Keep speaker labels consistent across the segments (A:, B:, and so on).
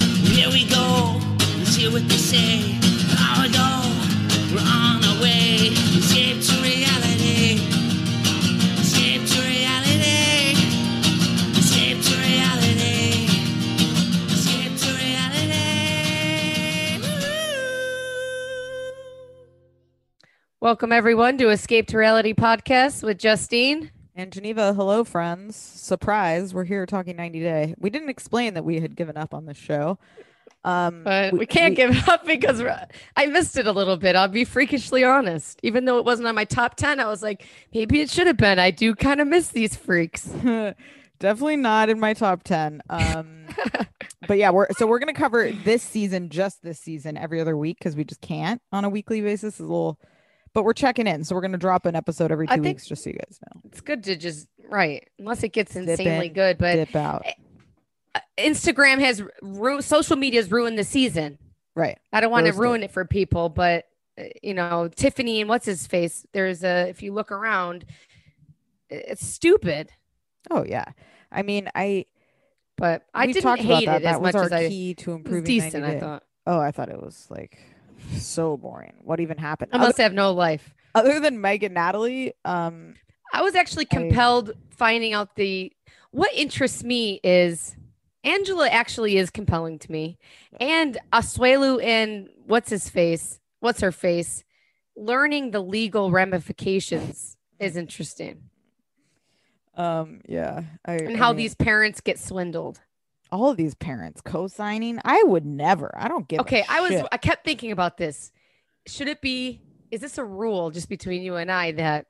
A: Here we go, let's hear what they say. Power go, we're on our way. Escape to reality. Escape to reality. Escape to reality. Escape to reality. Woo-hoo.
B: Welcome everyone to Escape to Reality podcast with Justine.
C: And Geneva, hello, friends. Surprise, we're here talking 90 Day. We didn't explain that we had given up on this show. Um,
B: But we can't give up because we're- I missed it a little bit. I'll be freakishly honest. Even though it wasn't on my top 10, I was like, maybe it should have been. I do kind of miss these freaks.
C: give. definitely not in my top 10. Um, but yeah, we're so we're going to cover this season, just this season, every other week because we just can't on a weekly basis. It's a little, but we're checking in. So we're going to drop an episode every two
B: I think-
C: weeks just so you guys know.
B: It's good to just, right, unless it gets
C: Dip
B: insanely
C: in,
B: good. But
C: Dip out.
B: uh, Instagram has, ru- social media has ruined the season.
C: Right.
B: I don't want to
C: Roasted.
B: ruin it for people, but uh, you know, Tiffany and what's his face, there's a, if you look around, it's stupid,
C: Oh, yeah. I mean, I
B: but I
C: we've
B: didn't
C: talked about
B: hate
C: that.
B: it
C: that
B: as
C: was
B: much as
C: our
B: I
C: key to
B: It was
C: improving. 90
B: decent,
C: Day.
B: I thought.
C: Oh, I thought it was like so boring. What even happened?
B: I
C: Other-
B: must have no life.
C: other than Meg and Natalie, um,
B: I was actually
C: I-
B: compelled finding out the what interests me is Angela actually is compelling to me. And Asuelu and what's his face? What's her face? Learning the legal ramifications is interesting.
C: um, yeah, I,
B: And
C: I
B: how
C: mean,
B: these parents get swindled.
C: all of these parents co-signing, I would never. I don't give. a
B: Okay, I was
C: shit.
B: I kept thinking about this. Should it be is this a rule just between you and I that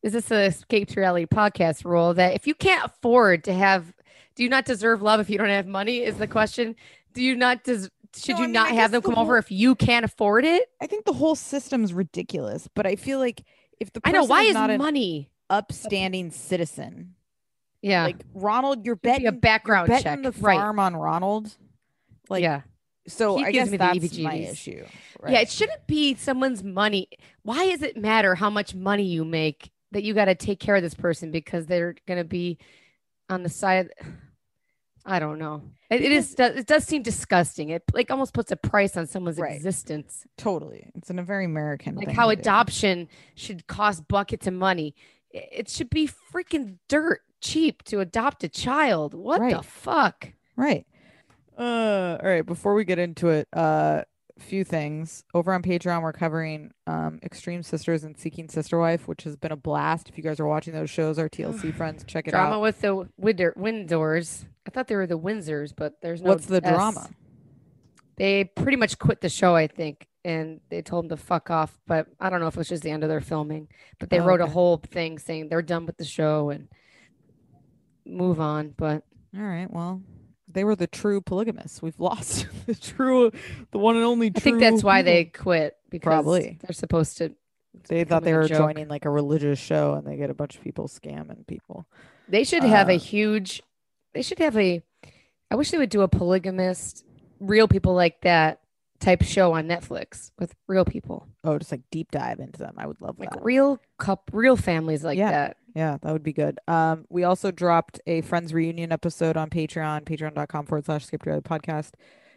B: is this a escape to reality podcast rule that if you can't afford to have do you not deserve love if you don't have money is the question. Do you not des- should
C: No,
B: you
C: I mean,
B: not
C: I
B: have
C: guess
B: them
C: the
B: come
C: whole-
B: over if you can't afford it?
C: I think the whole system's ridiculous, but I feel like if the
B: I
C: person
B: know why is,
C: not an
B: money?
C: upstanding citizen,
B: Yeah.
C: like Ronald, you're
B: Should be
C: betting,
B: a background
C: betting
B: check.
C: the
B: right.
C: farm on Ronald. Like,
B: yeah.
C: so
B: He
C: I
B: gives
C: guess
B: me the
C: that's my
B: heebie-jeebies.
C: issue.
B: Yeah,
C: right?
B: it shouldn't be someone's money. Why does it matter how much money you make that you got to take care of this person because they're going to be on the side? I don't know. It, it is. It does seem disgusting. It like almost puts a price on someone's
C: Right.
B: existence,
C: totally. It's an, a very American
B: like
C: thing
B: how
C: to do.
B: adoption should cost buckets of money. I- It should be freaking dirt cheap to adopt a child. What the
C: Right.
B: fuck?
C: Right. Uh, all right. Before we get into it, uh, few things over on Patreon. We're covering um, Extreme Sisters and Seeking Sister Wife, which has been a blast. If you guys are watching those shows, our TLC friends, check it
B: drama
C: out.
B: with the Winder- Windsors. I thought they were the Windsors, but there's no.
C: What's the
B: S.
C: drama?
B: they pretty much quit the show, I think, and they told them to fuck off. But I don't know if it was just the end of their filming. But they
C: Oh,
B: wrote a
C: okay.
B: whole thing saying they're done with the show and move on. But
C: All right. Well, they were the true polygamists. We've lost the true, the one and only.
B: I think that's
C: true
B: why
C: people.
B: they quit because
C: Probably.
B: they're supposed to.
C: they
B: it's
C: thought they
B: becoming a
C: were
B: joke.
C: joining like a religious show, and they get a bunch of people scamming people.
B: They should have a
C: Uh,
B: huge. They should have a. I wish they would do a polygamist, real people like that type show on Netflix with real people,
C: Oh, just like deep dive into them. I would love
B: like
C: that.
B: real cup, real families like
C: Yeah.
B: that.
C: Yeah, that would be good. Um, we also dropped a friends reunion episode on Patreon, patreon.com forward slash skip to podcast.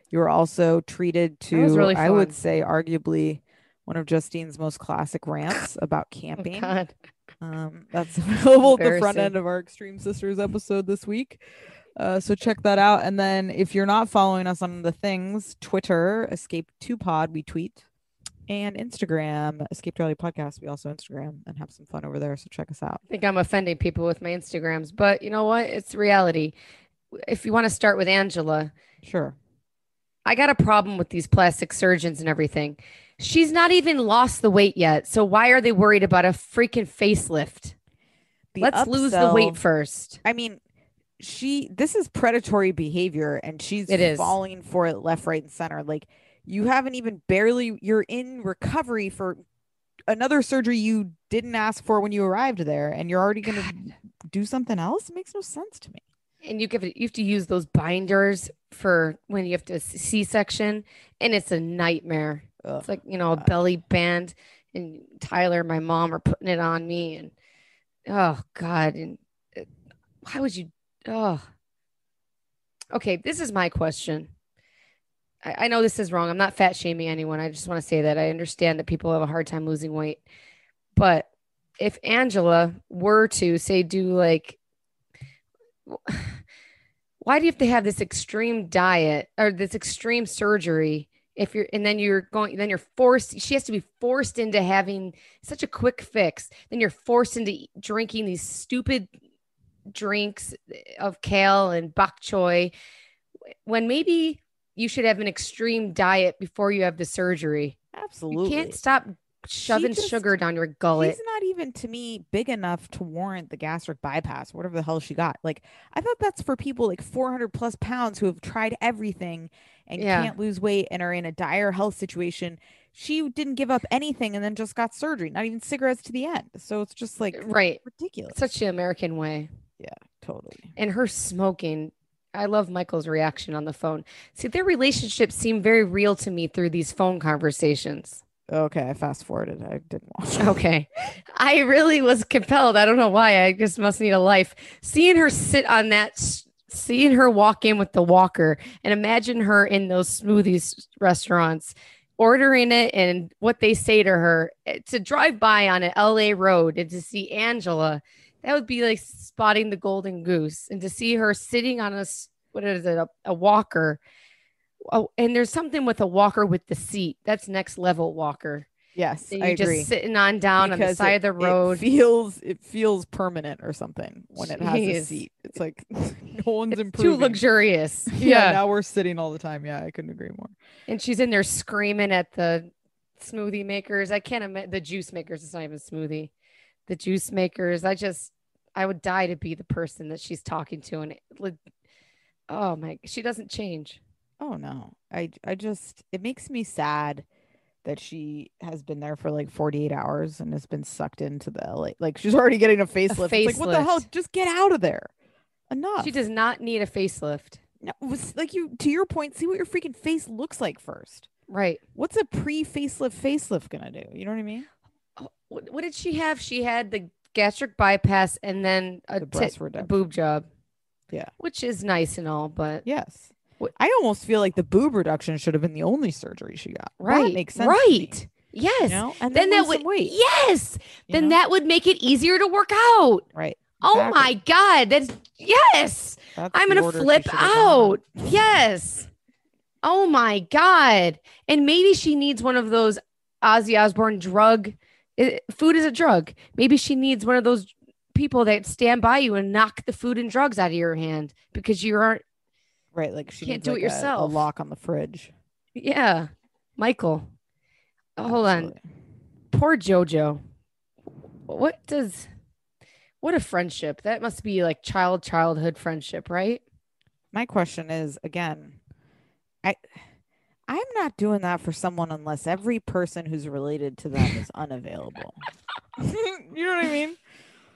C: You were also treated to,
B: was really
C: I would
B: fun.
C: say, arguably one of Justine's most classic rants about
B: Oh,
C: camping.
B: God.
C: um, that's available at the front
B: Embarrassing.
C: end of our Extreme Sisters episode this week. Uh, so check that out. And then if you're not following us on the things, Twitter, Escape Two Pod, we tweet, and Instagram, Escape Rally Podcast, we also Instagram and have some fun over there. So check us out.
B: I think I'm offending people with my Instagrams, but you know what? It's reality. If you want to start with Angela,
C: Sure.
B: I got a problem with these plastic surgeons and everything. She's not even lost the weight yet. So why are they worried about a freaking facelift?
C: the
B: Let's lose the
C: upsell-
B: weight first.
C: I mean, she this is predatory behavior and she's
B: It is.
C: falling for it left, right, and center. Like you haven't even barely you're in recovery for another surgery you didn't ask for when you arrived there, and you're already gonna do something else? It makes no sense to me.
B: and you give it, you have to use those binders for when you have to C section, and it's a nightmare.
C: Ugh.
B: It's like you know a
C: Oh, God.
B: belly band, and Tyler, and my mom, are putting it on me, and oh god, and it, why would you? Oh, okay. This is my question. I, I know this is wrong. I'm not fat shaming anyone. I just want to say that I understand that people have a hard time losing weight, but if Angela were to say do like why do you have to have this extreme diet or this extreme surgery if you're and then you're going then you're forced she has to be forced into having such a quick fix then you're forced into e- drinking these stupid drinks uh, of kale and bok choy when maybe you should have an extreme diet before you have the surgery
C: Absolutely.
B: you can't stop shoving
C: just-
B: sugar down your gullet
C: She's not even to me big enough to warrant the gastric bypass, whatever the hell she got. Like I thought that's for people like 400 plus pounds who have tried everything and
B: Yeah.
C: can't lose weight and are in a dire health situation. She didn't give up anything and then just got surgery, not even cigarettes to the end. So it's just like
B: Uh, right
C: ridiculous.
B: such the american way
C: totally.
B: and her smoking. I love Michael's reaction on the phone. See, their relationship seemed very real to me through these phone conversations.
C: Okay, I fast forwarded. I didn't watch.
B: Okay. I really was compelled. I don't know why. I just must need a life. Seeing her sit on that, s- seeing her walk in with the walker and imagine her in those smoothies restaurants, ordering it and what they say to her eh, to drive by on an LA road and to see Angela. That would be like spotting the golden goose and to see her sitting on a, s- what is it, a, a walker. Oh, and there's something with a walker with the seat. That's next level walker.
C: Yes,
B: So you're
C: I agree.
B: just sitting on down on the
C: Because
B: side of the
C: It
B: road.
C: feels it feels permanent or something when it has a
B: Jeez.
C: seat. It's like no one's
B: It's too
C: improving.
B: luxurious.
C: yeah, now we're sitting all the time. Yeah, I couldn't agree more.
B: And she's in there screaming at the smoothie makers. I can't imagine the juice makers. It's not even smoothie. The juice makers. I just, I would die to be the person that she's talking to. And it, li- oh my, she doesn't change.
C: Oh no. I I just it makes me sad that she has been there for like 48 hours and has been sucked into the LA. Like she's already getting a facelift. It's like what the hell?
B: facelift.
C: Just get out of there. Enough.
B: She does not need a facelift.
C: No, it was- like you to your point, see what your freaking face looks like first.
B: Right.
C: What's a pre-facelift facelift gonna do? You know what I mean?
B: Oh, What, what did she have? She had the gastric bypass and then a
C: The
B: tit-
C: breast
B: a
C: reduction.
B: boob job.
C: Yeah.
B: Which is nice and all, but
C: Yes.
B: What-
C: I almost feel like the boob reduction should have been the only surgery she got.
B: Right,
C: That makes sense. to me,
B: Right.
C: you
B: Yes.
C: know? And
B: then that
C: lose
B: would
C: some weight.
B: yes.
C: you
B: Then
C: know?
B: that would make it easier to work out.
C: right.
B: Oh my god, that's yes.
C: That's
B: I'm
C: the
B: gonna
C: order she
B: flip
C: should have gone.
B: out. Yes. Oh my god. And maybe she needs one of those Ozzy Osbourne drug. it- food is a drug. Maybe she needs one of those people that stand by you and knock the food and drugs out of your hand because you aren't.
C: Right, like she
B: Can't
C: needs,
B: do it
C: like, a- A,
B: yourself.
C: lock on the fridge.
B: Yeah, Michael. Hold on.
C: Absolutely.
B: poor Jojo. What does what a friendship. That must be like child childhood friendship, right?
C: My question is again, I I'm not doing that for someone unless every person who's related to them is unavailable. you know what I mean?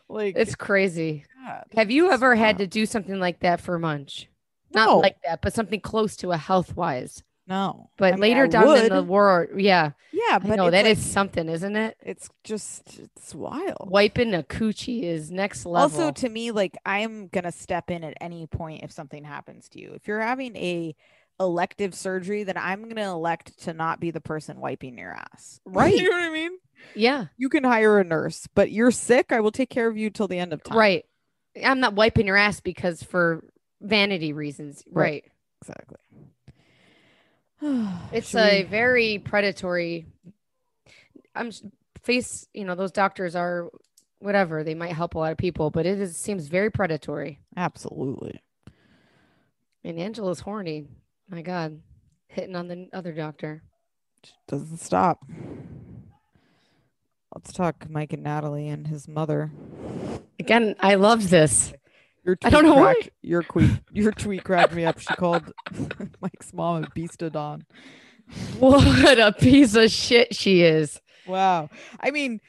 C: Like
B: It's crazy.
C: God,
B: Have you
C: it's
B: ever had
C: not-
B: to do something like that for munch?
C: No.
B: Not like that, but something close to a health wise.
C: no?
B: But
C: I mean,
B: later
C: I
B: down in
C: would.
B: the war, yeah.
C: yeah,
B: I
C: but
B: know
C: it's
B: that
C: like-
B: is something, isn't it?
C: it's just it's wild.
B: Wiping a coochie is next level.
C: Also, to me, like I'm gonna step in at any point if something happens to you. If you're having a elective surgery, then I'm gonna elect to not be the person wiping your ass.
B: Right.
C: you know what I mean?
B: yeah,
C: You can hire a nurse, but you're sick. I will take care of you till the end of time.
B: right. I'm not wiping your ass because for vanity reasons. Right.
C: Right. Exactly.
B: It's
C: Should
B: a
C: we-
B: very predatory. I'm s- face, you know, those doctors are whatever, they might help a lot of people, but it is, seems very predatory.
C: absolutely.
B: And Angela's horny. My God, hitting on the other doctor.
C: Doesn't stop. Let's talk Mike and Natalie and his mother.
B: Again, I loved this.
C: Your
B: I don't
C: tweet
B: know why.
C: cracked- Your tweet, your tweet cracked me up. She called Mike's mom a beastodon.
B: What a piece of shit she is.
C: Wow. I mean,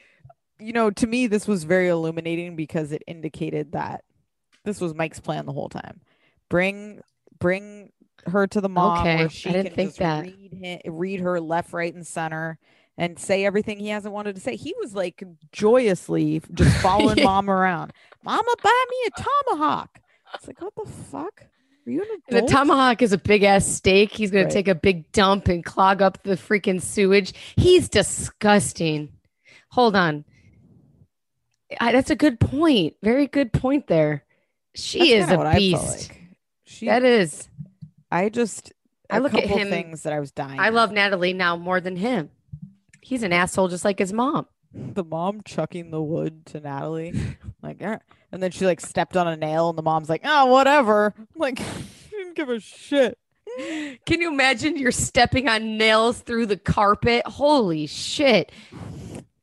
C: you know, to me, this was very illuminating because it indicated that this was Mike's plan the whole time. Bring, bring her to the mom
B: Okay, I
C: where she
B: didn't
C: can
B: think
C: just
B: that.
C: read hi- read her left, right, and center, and say everything he hasn't wanted to say. He was like joyously just following
B: Yeah.
C: mom around. Mama, buy me a tomahawk. It's like, what the fuck? Are you an
B: The
C: adult?
B: tomahawk is a big ass steak. He's going
C: Right.
B: to take a big dump and clog up the freaking sewage. He's disgusting. Hold on. I, that's a good point. Very good point there.
C: That's
B: She is
C: kinda what
B: a
C: I felt
B: beast.
C: like. She,
B: That is.
C: I just,
B: I
C: a
B: look at
C: couple
B: him-
C: Things that I was dying.
B: I
C: at.
B: love Natalie now more than him. He's an asshole just like his mom.
C: the mom chucking the wood to Natalie, like, "Eh." and then she like stepped on a nail, and the mom's like, "Oh, whatever." I'm like, didn't give a shit.
B: Can you imagine you're stepping on nails through the carpet? Holy shit.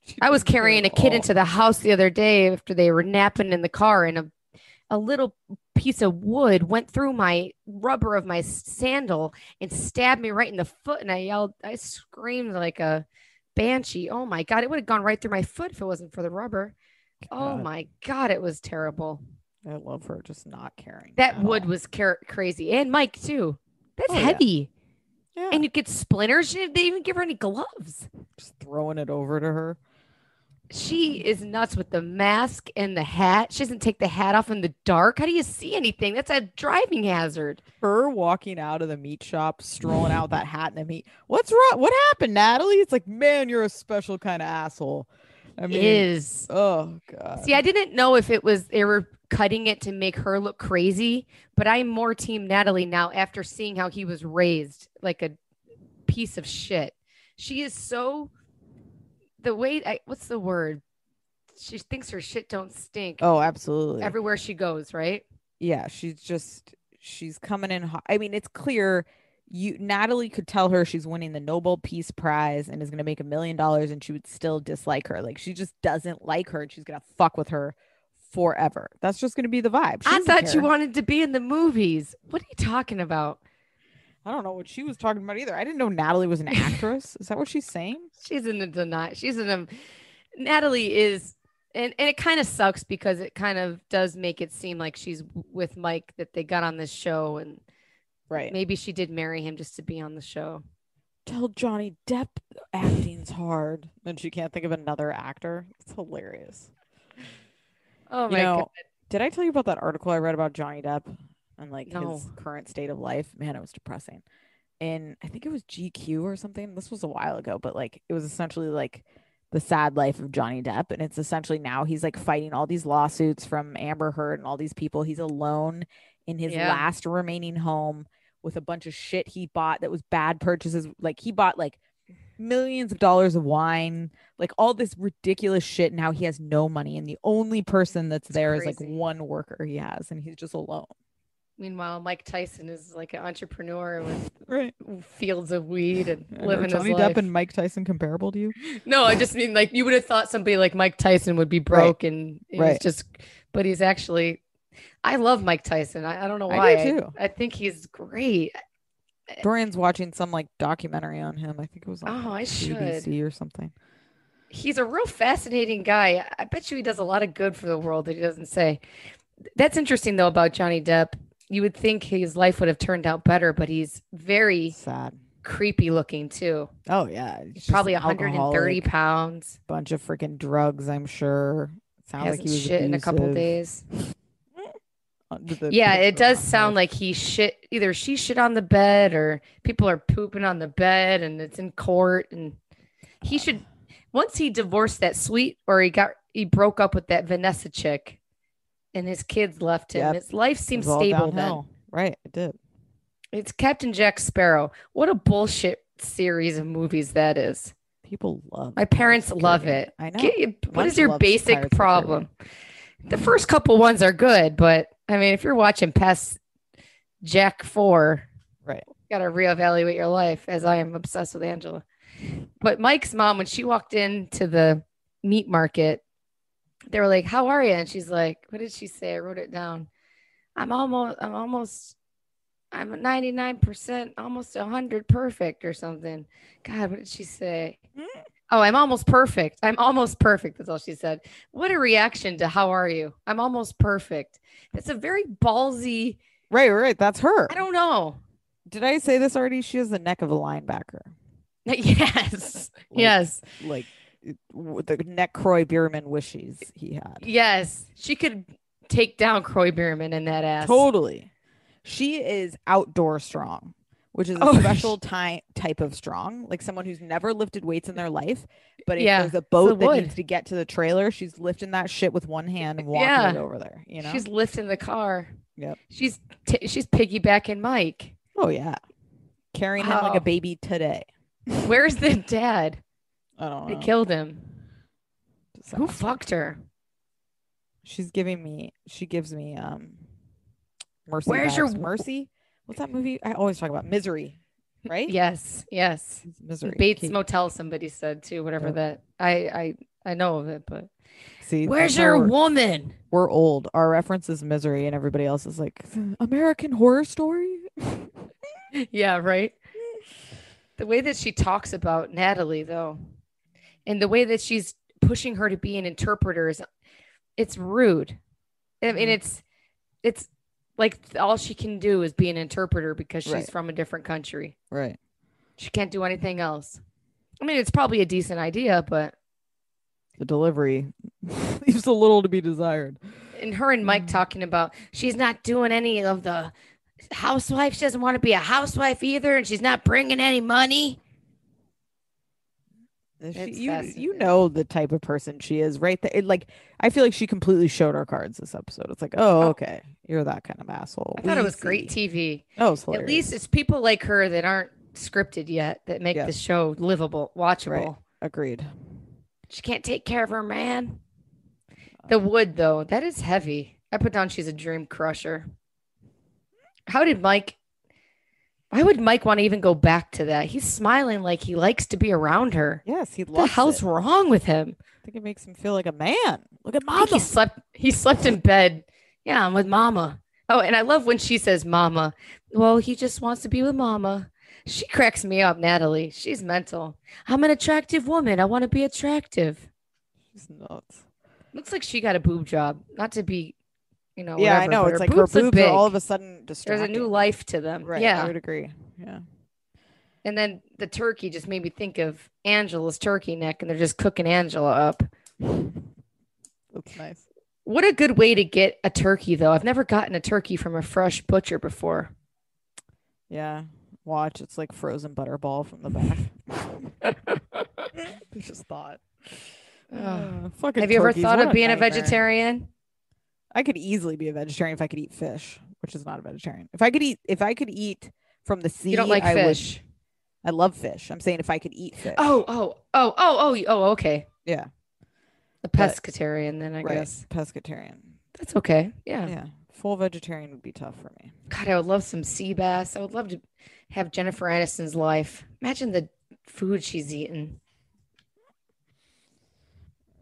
C: She
B: I was
C: didn't care
B: carrying a
C: at
B: kid
C: all.
B: into the house the other day after they were napping in the car, and a, a little piece of wood went through my rubber of my sandal and stabbed me right in the foot. And I yelled, I screamed like a banshee. Oh my God, it would have gone right through my foot if it wasn't for the rubber. Oh
C: God.
B: my God, it was terrible.
C: I love her just not caring.
B: That
C: at
B: wood
C: all.
B: was car- crazy. And Mike, too. That's
C: Oh, yeah.
B: heavy.
C: yeah,
B: And you get splinters. She didn't they even give her any gloves.
C: just throwing it over to her.
B: She is nuts with the mask and the hat. She doesn't take the hat off in the dark. How do you see anything? That's a driving hazard.
C: Her walking out of the meat shop, strolling out with that hat and the meat. What's wrong? What happened, Natalie? It's like, man, you're a special kind of asshole. I mean,
B: is
C: oh god.
B: see, I didn't know if it was they were cutting it to make her look crazy, but I'm more team Natalie now after seeing how he was raised like a piece of shit. She is so the way I, what's the word? She thinks her shit don't stink
C: oh, absolutely.
B: everywhere she goes, right?
C: yeah she's just she's coming in hot. i mean it's clear you natalie could tell her she's winning the nobel peace prize and is going to make a million dollars and she would still dislike her like she just doesn't like her and she's going to fuck with her forever that's just going to be the vibe She
B: I
C: doesn't
B: thought you
C: care.
B: wanted to be in the movies. What are you talking about?
C: i don't know what she was talking about either i didn't know natalie was an actress is that what she's saying
B: She's in the deny. She's in a Natalie is and and it kind of sucks because it kind of does make it seem like she's w- with Mike that they got on this show and
C: right
B: maybe she did marry him just to be on the show.
C: tell johnny depp acting's hard and she can't think of another actor it's hilarious
B: Oh
C: you
B: my
C: know,
B: god.
C: did I tell you about that article I read about Johnny Depp and like
B: No.
C: his current state of life? Man, it was depressing. And I think it was GQ or something. This was a while ago, but like it was essentially like the sad life of Johnny Depp. And it's essentially now he's like fighting all these lawsuits from Amber Heard and all these people. He's alone in his
B: Yeah.
C: last remaining home with a bunch of shit he bought that was bad purchases. Like he bought like millions of dollars of wine, like all this ridiculous shit. Now he has no money, and the only person that's there is like
B: crazy.
C: one worker he has, and he's just alone.
B: Meanwhile, Mike Tyson is like an entrepreneur with
C: Right,
B: fields of weed and living his
C: Johnny
B: life.
C: Depp and Mike Tyson comparable to you?
B: No, I just mean like you would have thought somebody like Mike Tyson would be broke and he's
C: Right.
B: just, but he's actually. I love Mike Tyson. I, I don't know
C: I do
B: why.
C: too.
B: I think he's great.
C: Dorian's watching some like documentary on him. I think it was on
B: Eh. Oh, I should.
C: BBC or something.
B: He's a real fascinating guy. I bet you he does a lot of good for the world that he doesn't say. That's interesting though about Johnny Depp. You would think his life would have turned out better, but he's very
C: Sad.
B: creepy looking too.
C: Oh yeah, he's just
B: Probably
C: an
B: 130
C: alcoholic,
B: pounds.
C: bunch of freaking drugs. I'm sure. Sounds like
B: Hasn't
C: he was
B: shit in a couple
C: abusive
B: days.
C: under the
B: yeah
C: picture
B: it does
C: on
B: sound
C: her.
B: like he shit either she shit on the bed or people are pooping on the bed and it's in court and he should once he divorced that sweet or he got he broke up with that vanessa chick and his kids left him
C: Yep.
B: his life
C: It was
B: seems
C: all
B: stable then
C: downhill. Right, it did.
B: it's captain jack sparrow what a bullshit series of movies that is
C: People love.
B: my
C: Pirates of
B: parents
C: the
B: love
C: Caribbean.
B: it
C: I know.
B: Get- what
C: Bunch
B: is your
C: loves
B: basic
C: Pirates of the
B: problem? The first couple ones are good, but I mean, if you're watching past Jack Four,
C: Right.
B: got to reevaluate your life. As I am obsessed with Angela, but Mike's mom, when she walked into the meat market, they were like, "How are you?" And she's like, "What did she say?" I wrote it down. I'm almost I'm almost I'm 99% almost 100 perfect or something. God, what did she say? Oh, I'm almost perfect. I'm almost perfect. That's all she said. What a reaction to how are you? I'm almost perfect. That's a very ballsy.
C: Right, right. That's her.
B: I don't know.
C: Did I say this already? She has the neck of a linebacker.
B: Yes.
C: Like-
B: yes.
C: Like it- w- the neck Croy Bierman wishes he had.
B: Yes. She could take down Croy Bierman in that ass.
C: Totally. She is outdoor strong, which is a
B: Oh.
C: special ty- type of strong, like someone who's never lifted weights in their life. But if
B: Yeah,
C: there's a boat that
B: wood.
C: needs to get to the trailer, she's lifting that shit with one hand and walking
B: Yeah.
C: it over there. You know?
B: She's lifting the car.
C: Yep.
B: She's t- she's piggybacking Mike.
C: oh yeah, carrying him like
B: Wow.
C: a baby today.
B: Where's the dad?
C: I don't
B: They
C: know.
B: killed him. Who
C: Disaster.
B: fucked her?
C: She's giving me. She gives me. Um, mercy.
B: Where's your
C: vibes.
B: w-
C: mercy? What's that movie? I always talk about misery, right?
B: Yes, yes.
C: It's misery.
B: Bates
C: Kate-
B: Motel. Somebody said too. Whatever
C: Yep.
B: that. I I I know of it, but
C: See,
B: where's
C: that's why
B: your
C: we're-
B: woman?
C: we're old. Our reference is misery, and everybody else is like American Horror Story.
B: yeah, right. The way that she talks about Natalie, though, and the way that she's pushing her to be an interpreter is, it's rude. I mean,
C: Mhm.
B: it's, it's like all she can do is be an interpreter because she's
C: Right.
B: from a different country.
C: right.
B: She can't do anything else. I mean, it's probably a decent idea, but
C: The delivery leaves a little to be desired.
B: and her and Mike
C: Mhm.
B: talking about she's not doing any of the housewife. She doesn't want to be a housewife either, and she's not bringing any money.
C: She-
B: It's
C: you you
B: fascinating.
C: know the type of person she is, right? There. It, like I feel like she completely showed our cards this episode. It's like, oh,
B: Oh.
C: okay, you're that kind of asshole.
B: I thought it
C: We
B: was great
C: see.
B: TV.
C: Oh, it's
B: At
C: hilarious.
B: least it's people like her that aren't scripted yet that make
C: Yeah.
B: the show livable, watchable.
C: agreed.
B: She can't take care of her man.
C: Uh,
B: The wood though, that is heavy. I put down she's a dream crusher. How did Mike why would Mike want to even go back to that? He's smiling like he likes to be around her.
C: Yes, he
B: What the
C: loves
B: hell's
C: it.
B: wrong with him?
C: I think it makes him feel like a man. Look at
B: I think
C: mama.
B: he slept he slept in bed. Yeah, I'm with mama. Oh, and I love when she says mama. Well, he just wants to be with mama. She cracks me up, Natalie. She's mental. I'm an attractive woman. I want to be attractive.
C: She's nuts.
B: Looks like she got a boob job. Not to be, you know,
C: Yeah, I
B: Oh, whatever,
C: know.
B: but
C: It's like her
B: look
C: boobs are all of
B: big.
C: a sudden distracting.
B: There's a new life to them.
C: Right. I
B: Yeah.
C: would agree. Yeah.
B: And then the turkey just made me think of Angela's turkey neck, and they're just cooking Angela up.
C: That's nice.
B: What a good way to get a turkey, though. I've never gotten a turkey from a fresh butcher before.
C: Yeah. Watch. It's like frozen butterball from the back. Just thought.
B: Ugh.
C: Uh, fucking
B: Have you ever
C: turkeys,
B: thought
C: what
B: of being
C: nightmare.
B: a vegetarian?
C: I could easily be a vegetarian if I could eat fish, which is not a vegetarian. If I could eat, if I could eat from the sea,
B: You don't like
C: I would-
B: fish.
C: I love fish. I'm saying if I could eat fish.
B: Oh, oh, oh, oh, oh, oh, okay.
C: yeah,
B: A
C: But-
B: pescatarian, then I
C: right.
B: guess.
C: Pescatarian.
B: That's okay. Yeah.
C: Yeah, full vegetarian would be tough for me.
B: God, I would love some sea bass. I would love to have Jennifer Aniston's life. Imagine the food she's eaten.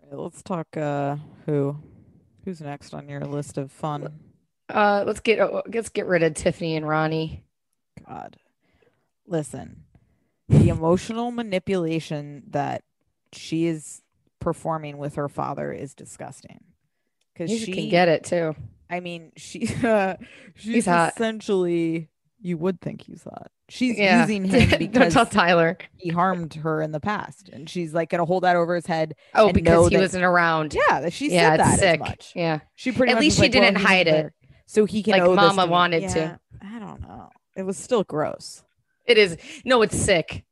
C: All right, let's talk. Uh, who, who's next on your list of fun?
B: Uh, let's get uh, let's get rid of Tiffany and Ronnie.
C: God. Listen, the emotional manipulation that she is performing with her father is disgusting. Because
B: You
C: she
B: can get it too.
C: I mean, she uh, she's
B: hot.
C: essentially you would think he's hot. She's
B: Yeah.
C: using him
B: Don't
C: because
B: tell Tyler.
C: he harmed her in the past, and she's like gonna hold that over his head.
B: Oh,
C: and know
B: because he
C: that-
B: wasn't around.
C: Yeah, that she
B: yeah,
C: said that
B: it's sick.
C: as much.
B: Yeah.
C: She pretty
B: At
C: much
B: least
C: was
B: she
C: like, well,
B: didn't
C: he's
B: hide it,
C: there, so he can
B: like
C: owe this
B: Mama
C: to me.
B: wanted to.
C: Yeah, I don't know. It was still gross.
B: It is. No, it's sick.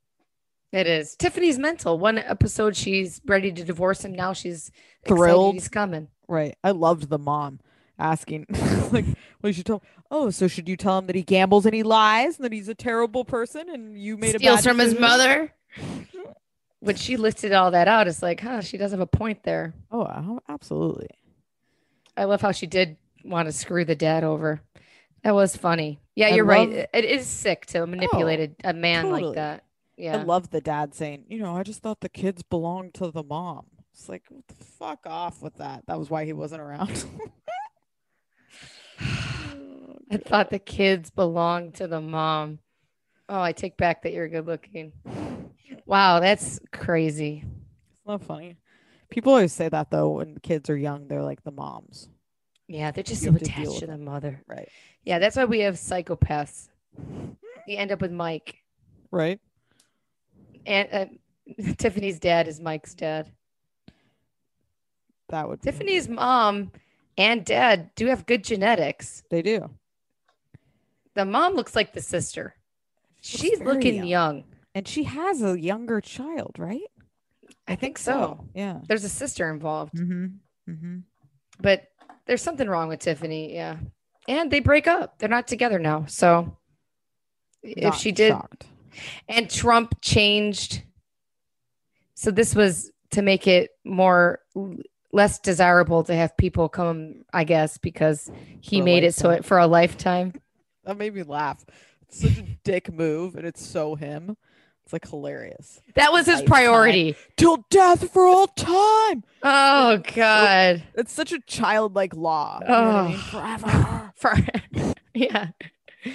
B: It is. Tiffany's mental. One episode, she's ready to divorce him. Now she's excited
C: Thrilled.
B: He's coming.
C: Right. I loved the mom asking, like, well, you should tell. Oh, so should you tell him that he gambles and he lies and that he's a terrible person and you made a
B: Steals
C: bad
B: from his
C: decision?"
B: mother. When she listed all that out, it's like, huh, she does have a point there.
C: Oh, a- absolutely.
B: I love how she did want to screw the dad over. That was funny. Yeah,
C: I
B: you're
C: love-
B: right. It is sick to manipulate a a man
C: totally.
B: like that.
C: I
B: Yeah.
C: love the dad saying, you know, I just thought the kids belonged to the mom. It's like, "What the fuck off with that. That was why he wasn't around.
B: I thought the kids belonged to the mom. Oh, I take back that you're good looking. Wow, that's crazy.
C: It's not funny. People always say that though when kids are young, they're like the moms.
B: Yeah, they're just
C: You
B: so
C: have to deal
B: attached to
C: with
B: the
C: it.
B: mother.
C: Right.
B: Yeah, that's why we have psychopaths. You end up with Mike,
C: Right?
B: and uh, Tiffany's dad is Mike's dad.
C: That would be-
B: Tiffany's mom and dad do have good genetics.
C: they do.
B: The mom looks like the sister.
C: She's
B: She's
C: very
B: looking
C: young.
B: young.
C: And she has a younger child, right? Oh,
B: I think so.
C: Yeah.
B: There's a sister involved,
C: Mm-hmm. Mm-hmm.
B: but there's something wrong with Tiffany. Yeah. And they break up. They're not together now. So if she did, and Trump changed. So this was to make it more less desirable to have people come, I guess, because he
C: For a
B: made it so
C: lifetime.
B: it for a lifetime.
C: That made me laugh. It's such a dick move, and it's so him. It's like hilarious.
B: That was his
C: Lifetime.
B: priority.
C: Till death for all time.
B: Oh God.
C: It's such a childlike law. you know what I mean?
B: Ugh.
C: Forever.
B: For, yeah.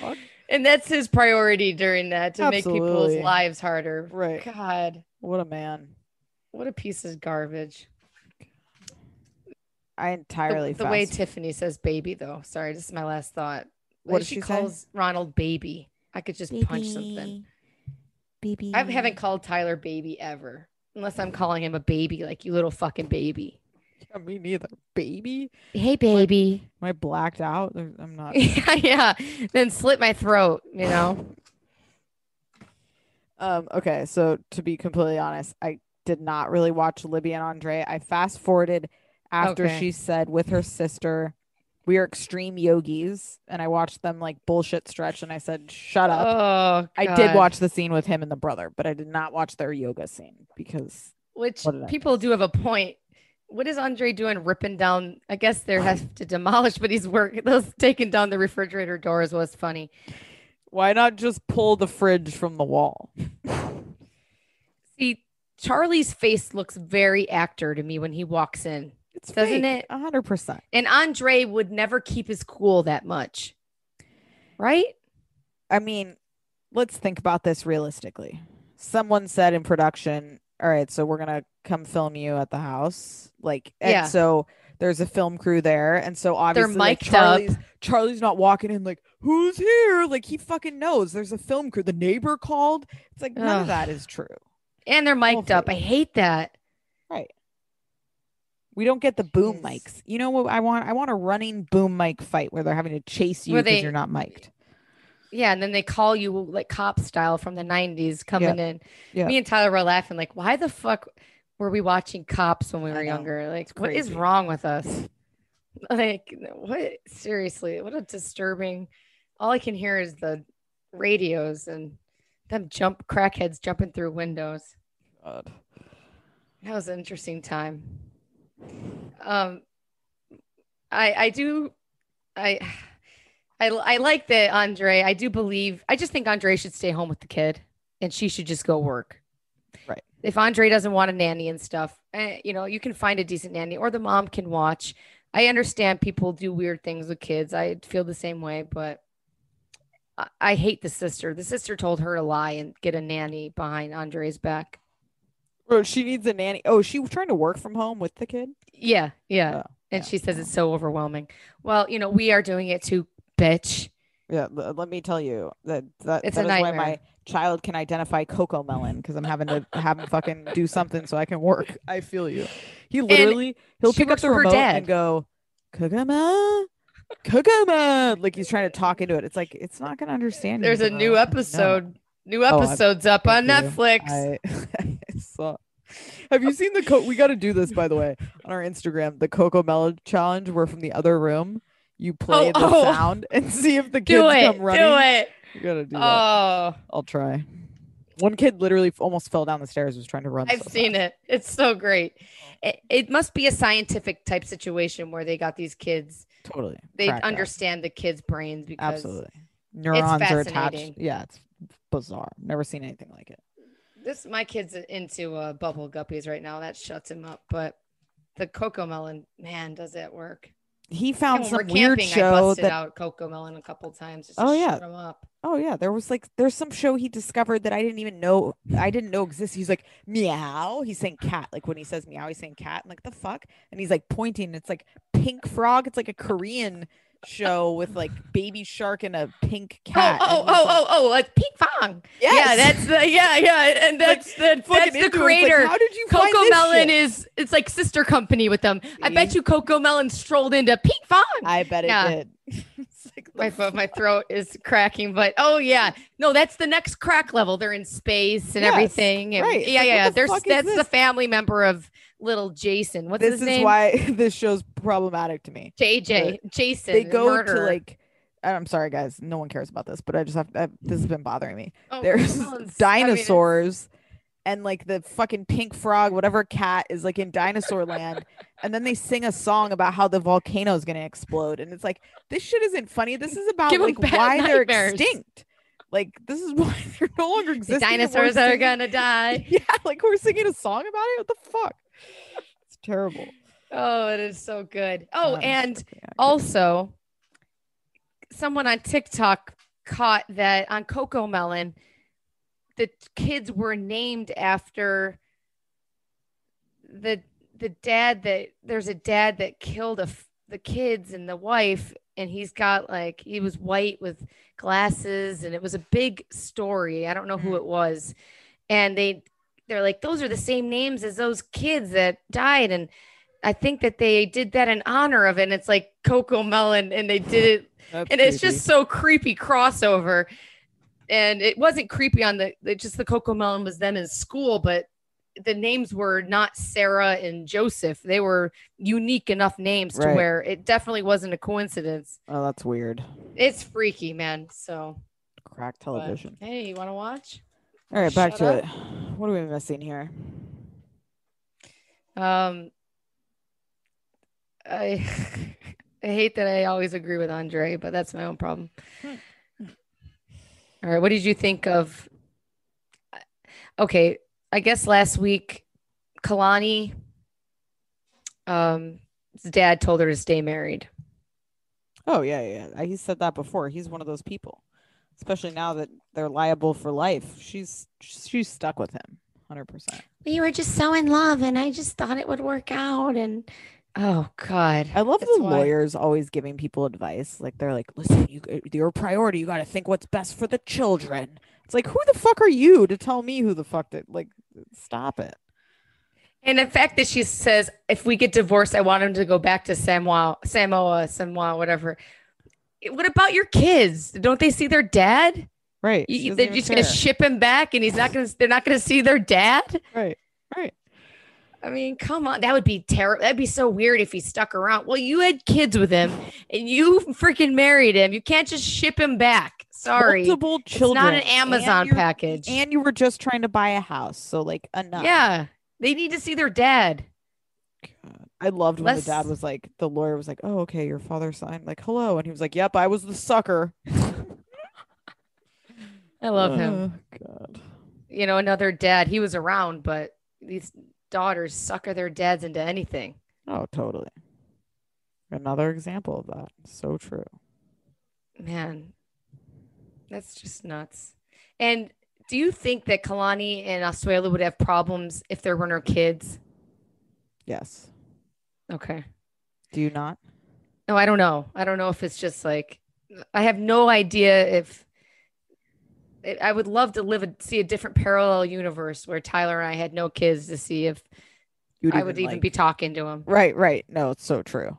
C: Fuck.
B: And that's his priority during that to make
C: Absolutely.
B: people's lives harder.
C: Right.
B: God,
C: What a man.
B: what a piece of garbage.
C: I
B: The-
C: entirely
B: the, way
C: fast-
B: Tiffany says baby, though. Sorry, this is my last thought.
C: What
B: Like,
C: does
B: she,
C: she say?
B: calls Ronald baby. I could just punch something.
D: Baby.
B: I haven't called Tyler baby ever, unless I'm calling him a baby, like you little fucking baby.
C: Yeah, me neither. Baby.
D: Hey, baby.
C: Am I blacked out? There- I'm not.
B: yeah, yeah. Then slit my throat, you know?
C: Um, okay, so to be completely honest, I did not really watch Libby and Andre. I fast forwarded after
B: Okay.
C: she said with her sister, "We are extreme yogis," and I watched them like bullshit stretch, and I said, "Shut
B: Oh,
C: up." I did
B: God.
C: watch the scene with him and the brother, but I did not watch their yoga scene because
B: Which
C: What did I
B: people do have a point. What is Andre doing ripping down? I guess they have to demolish, but he's working. Those taking down the refrigerator doors was funny.
C: why not just pull the fridge from the wall?
B: See, Charlie's face looks very actor to me when he walks in,
C: It's
B: Doesn't
C: fake,
B: it-
C: A hundred percent.
B: and Andre would never keep his cool that much, right?
C: I mean, let's think about this realistically. Someone said in production, "All right, so we're gonna come film you at the house." Like, and
B: Yeah.
C: so there's a film crew there, and so obviously, like,
B: mic'd up.
C: Charlie's Charlie's not walking in like, "Who's here?" Like he fucking knows. There's a film crew. The neighbor called. It's like none
B: Ugh.
C: of that is true.
B: And they're mic'd up. I hate that.
C: We don't get the boom
B: Jeez.
C: mics. You know what I want? I want a running boom mic fight where they're having to chase you
B: Where
C: because
B: they-
C: you're not mic'd.
B: Yeah, and then they call you like cop style from the '90s coming in.
C: Yeah.
B: Me and Tyler were laughing like, why the fuck were we watching cops when we
C: I
B: were
C: know.
B: younger? Like, what is
C: crazy.
B: wrong with us? Like, what? Seriously, what a disturbing. All I can hear is the radios and them jump crackheads jumping through windows.
C: God.
B: That was an interesting time. Um, I I do, I. I, I like that Andre. I do believe. I just think Andre should stay home with the kid, and she should just go work.
C: Right.
B: If Andre doesn't want a nanny and stuff, eh, you know, you can find a decent nanny, or the mom can watch. I understand people do weird things with kids. I feel the same way, but I, I hate the sister. The sister told her to lie and get a nanny behind Andre's back.
C: Bro, she needs a nanny. Oh, is she trying to work from home with the kid.
B: Yeah, yeah.
C: Oh,
B: and
C: yeah,
B: she says
C: yeah.
B: it's so overwhelming. Well, you know, we are doing it too, bitch.
C: Yeah, l- uh, let me tell you that that,
B: It's
C: that
B: a
C: is why
B: nightmare.
C: my child can identify cocoa melon because I'm having to have him fucking do something so I can work. I feel you. He literally he'll
B: she
C: pick up
B: works
C: the
B: for her
C: remote
B: dad.
C: and go cocoa melon, cocoa melon, like he's trying to talk into it. It's like it's not gonna understand. you,
B: There's a
C: bro.
B: new
C: Mm, I know.
B: episode. New
C: Oh, I-
B: episodes up on
C: thank you.
B: Netflix.
C: I, I saw. Have you seen the co- we got to do this by the way on our Instagram the Coco Melon challenge where from the other room you play the
B: oh.
C: sound and see if the kids
B: do it.
C: come
B: Do
C: running.
B: it.
C: You gotta do that.
B: Oh,
C: I'll try. One kid literally f- almost fell down the stairs was trying to run.
B: I've seen it. It's so great.
C: Oh.
B: It, it must be a scientific type situation where they got these kids.
C: Totally.
B: They
C: cracked up.
B: understand the kids' brains because
C: Absolutely. Neurons are attached.
B: fascinating.
C: Yeah, it's bizarre. Never seen anything like it.
B: this my kid's into uh, bubble guppies right now. That shuts him up. But the cocoa melon, man, does that work?
C: he
B: Yeah,
C: found
B: when
C: some
B: we're
C: weird
B: camping, I
C: show
B: busted
C: that.
B: out Coco Melon a couple times. Just
C: Oh,
B: to
C: yeah.
B: shut 'em up.
C: Oh yeah, there was like there's some show he discovered that I didn't even know I didn't know exists. He's like meow. He's saying cat. Like when he says meow, he's saying cat. I'm like the fuck, and he's like pointing. It's like pink frog. It's like a Korean show with like baby shark and a pink
B: Oh,
C: cat.
B: oh, oh, oh, oh, like Pink Fong. Yeah, that's the yeah, yeah, and
C: Like,
B: that's the that's the creator.
C: How did you find
B: Coco
C: this
B: Melon
C: shit?
B: is it's like sister company with them. I bet
C: See?
B: you Coco Melon strolled into Pink Fong.
C: I bet it
B: Yeah.
C: did. It's like, the
B: My
C: fuck?
B: fo- my throat is cracking, but oh yeah, no, that's the next crack level. They're in space and
C: Yes,
B: everything. and-
C: right. It's
B: Yeah,
C: like, what
B: yeah.
C: the
B: There's
C: fuck is
B: that's the
C: this?
B: family member of little Jason. What's
C: this
B: his
C: is
B: name?
C: why this show's problematic to me.
B: JJ Jason.
C: They go
B: murderer.
C: to like. I'm sorry, guys. No one cares about this, but I just have. I, this has been bothering me.
B: Oh,
C: there's
B: Coco Melon's- I mean, it's-
C: dinosaurs and like the fucking pink frog whatever cat is like in dinosaur land and then they sing a song about how the volcano is going to explode and it's like this shit isn't funny this is about
B: Give 'em
C: like
B: bad
C: why they're
B: nightmares.
C: extinct like this is why they're no longer
B: the
C: existing and we're
B: dinosaurs that are
C: singing-
B: gonna die.
C: yeah like we're singing a song about it what the fuck it's terrible
B: Oh, it is so good. Oh,
C: Um,
B: and
C: yeah, good.
B: also, someone on TikTok caught that on Coco Melon, the kids were named after the the dad that there's a dad that killed a f- the kids and the wife and he's got like he was white with glasses and it was a big story i don't know who it was and they they're like those are the same names as those kids that died and i think that they did that in honor of it and it's like coco melon and they did it
C: That's
B: and it's
C: creepy.
B: just so creepy crossover and it wasn't creepy on the it just the coco melon was them in school but the names were not sarah and joseph they were unique enough names to
C: Right.
B: where it definitely wasn't a coincidence
C: oh that's weird
B: it's freaky man so
C: crack
B: but-
C: television
B: hey you want to watch
C: all right back
B: shut up.
C: to it what are we missing here
B: um i i hate that i always agree with andre but that's my own problem all right what did you think of okay i guess last week kalani um his dad told her to stay married
C: Oh yeah, yeah. yeah. I- He said that before. He's one of those people, especially now that they're liable for life. She's she's stuck with him, hundred percent.
B: we were just so in love and i just thought it would work out and oh god
C: I love
B: That's
C: the
B: why.
C: lawyers always giving people advice. Like they're like, "Listen, you g- your priority. You got to think what's best for the children." It's like, who the fuck are you to tell me who the fuck to like? Stop it.
B: And the fact that she says, if we get divorced, I want him to go back to Samoa, Samoa, Samoa, whatever. It- What about your kids? Don't they see their dad?
C: Right.
B: You-
C: she
B: you-
C: doesn't
B: they're
C: even
B: just gonna
C: care.
B: ship him back, and he's not gonna. They're not gonna see their dad.
C: right. Right.
B: I mean, come on, that would be terrible. That'd be so weird if he stuck around. Well, you had kids with him, and you freaking married him. You can't just ship him back. Sorry.
C: Multiple
B: It's
C: children.
B: not an
C: and
B: Amazon
C: you're-
B: package.
C: And you were just trying to buy a house, so like enough.
B: yeah, they need to see their dad.
C: God. I loved when the dad
B: Less-
C: was like, the lawyer was like, "Oh, okay, your father signed." Like, hello, and he was like, "Yep, I was the sucker."
B: I love him.
C: Oh, God.
B: you know, another dad. He was around, but these daughters sucker their dads into anything.
C: Oh, totally. Another example of that. So true.
B: Man, that's just nuts. And do you think that Kalani and Oswego would have problems if there were no kids?
C: Yes.
B: Okay.
C: Do you not?
B: No, I don't know. I don't know if it's just like I have no idea if I- I would love to live a, see a different parallel universe where Tyler and I had no kids to see if
C: You
B: I would even
C: like-
B: be talking to him.
C: Right, right. No, it's so true.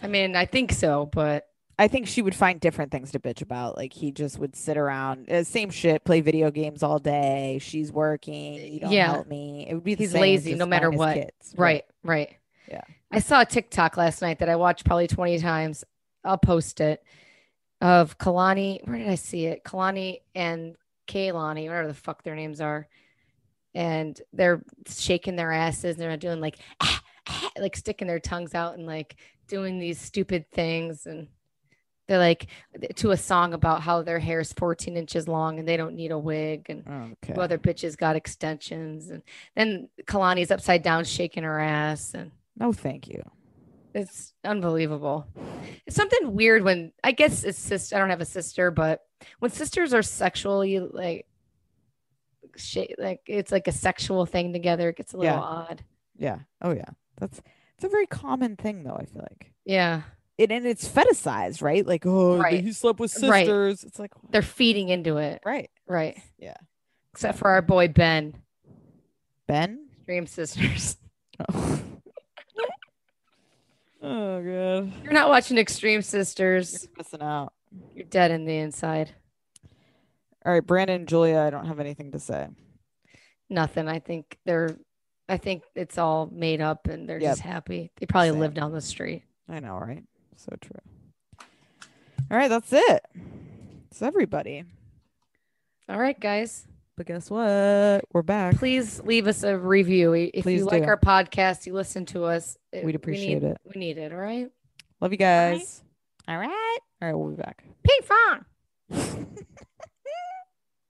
B: I mean, I think so, but
C: I think she would find different things to bitch about. Like he just would sit around, uh, same shit, play video games all day. She's working. You don't
B: Yeah.
C: help me. It would be the
B: He's
C: same,
B: lazy no
C: just
B: matter
C: minus
B: what.
C: Kids.
B: Right, right.
C: Yeah.
B: I saw a TikTok last night that I watched probably 20 times. I'll post it of Kalani. Where did I see it? Kalani and Kaylani, whatever the fuck their names are. And they're shaking their asses and they're doing like, ah, like sticking their tongues out and like doing these stupid things. And they're like to a song about how their hair is 14 inches long and they don't need a wig. And
C: Okay.
B: two other bitches got extensions and then kalani's upside down shaking her ass and
C: no, thank you.
B: It's unbelievable. It's something weird when I guess it's sister. I don't have a sister, but when sisters are sexually like, shit, like it's like a sexual thing together. It gets a little
C: Yeah.
B: odd.
C: Yeah. Oh yeah. That's it's a very common thing though, I feel like.
B: Yeah,
C: It and it's fetishized, right? Like, oh
B: Right.
C: he slept with
B: Right.
C: sisters. It's like
B: they're feeding into it,
C: right.
B: right?
C: Yeah.
B: Except for our boy Ben,
C: Ben?
B: Dream Sisters.
C: Oh, oh god.
B: You're not watching Extreme
C: You're
B: Sisters.
C: missing out.
B: You're dead in the inside.
C: All right, Brandon and Julia, I don't have anything to say.
B: Nothing. I think they're. I think it's all made up, and they're
C: Yep.
B: just happy. They probably
C: Same.
B: live down the street.
C: I know, right? So true. All right, that's it. It's everybody.
B: All right, guys.
C: But guess what? We're back.
B: please leave us a review I- if
C: Please
B: you like
C: do.
B: our podcast you listen to us it-
C: We'd appreciate
B: we need,
C: it.
B: we need it all right
C: Love you guys. All right. All right, we'll be back.
B: ping pong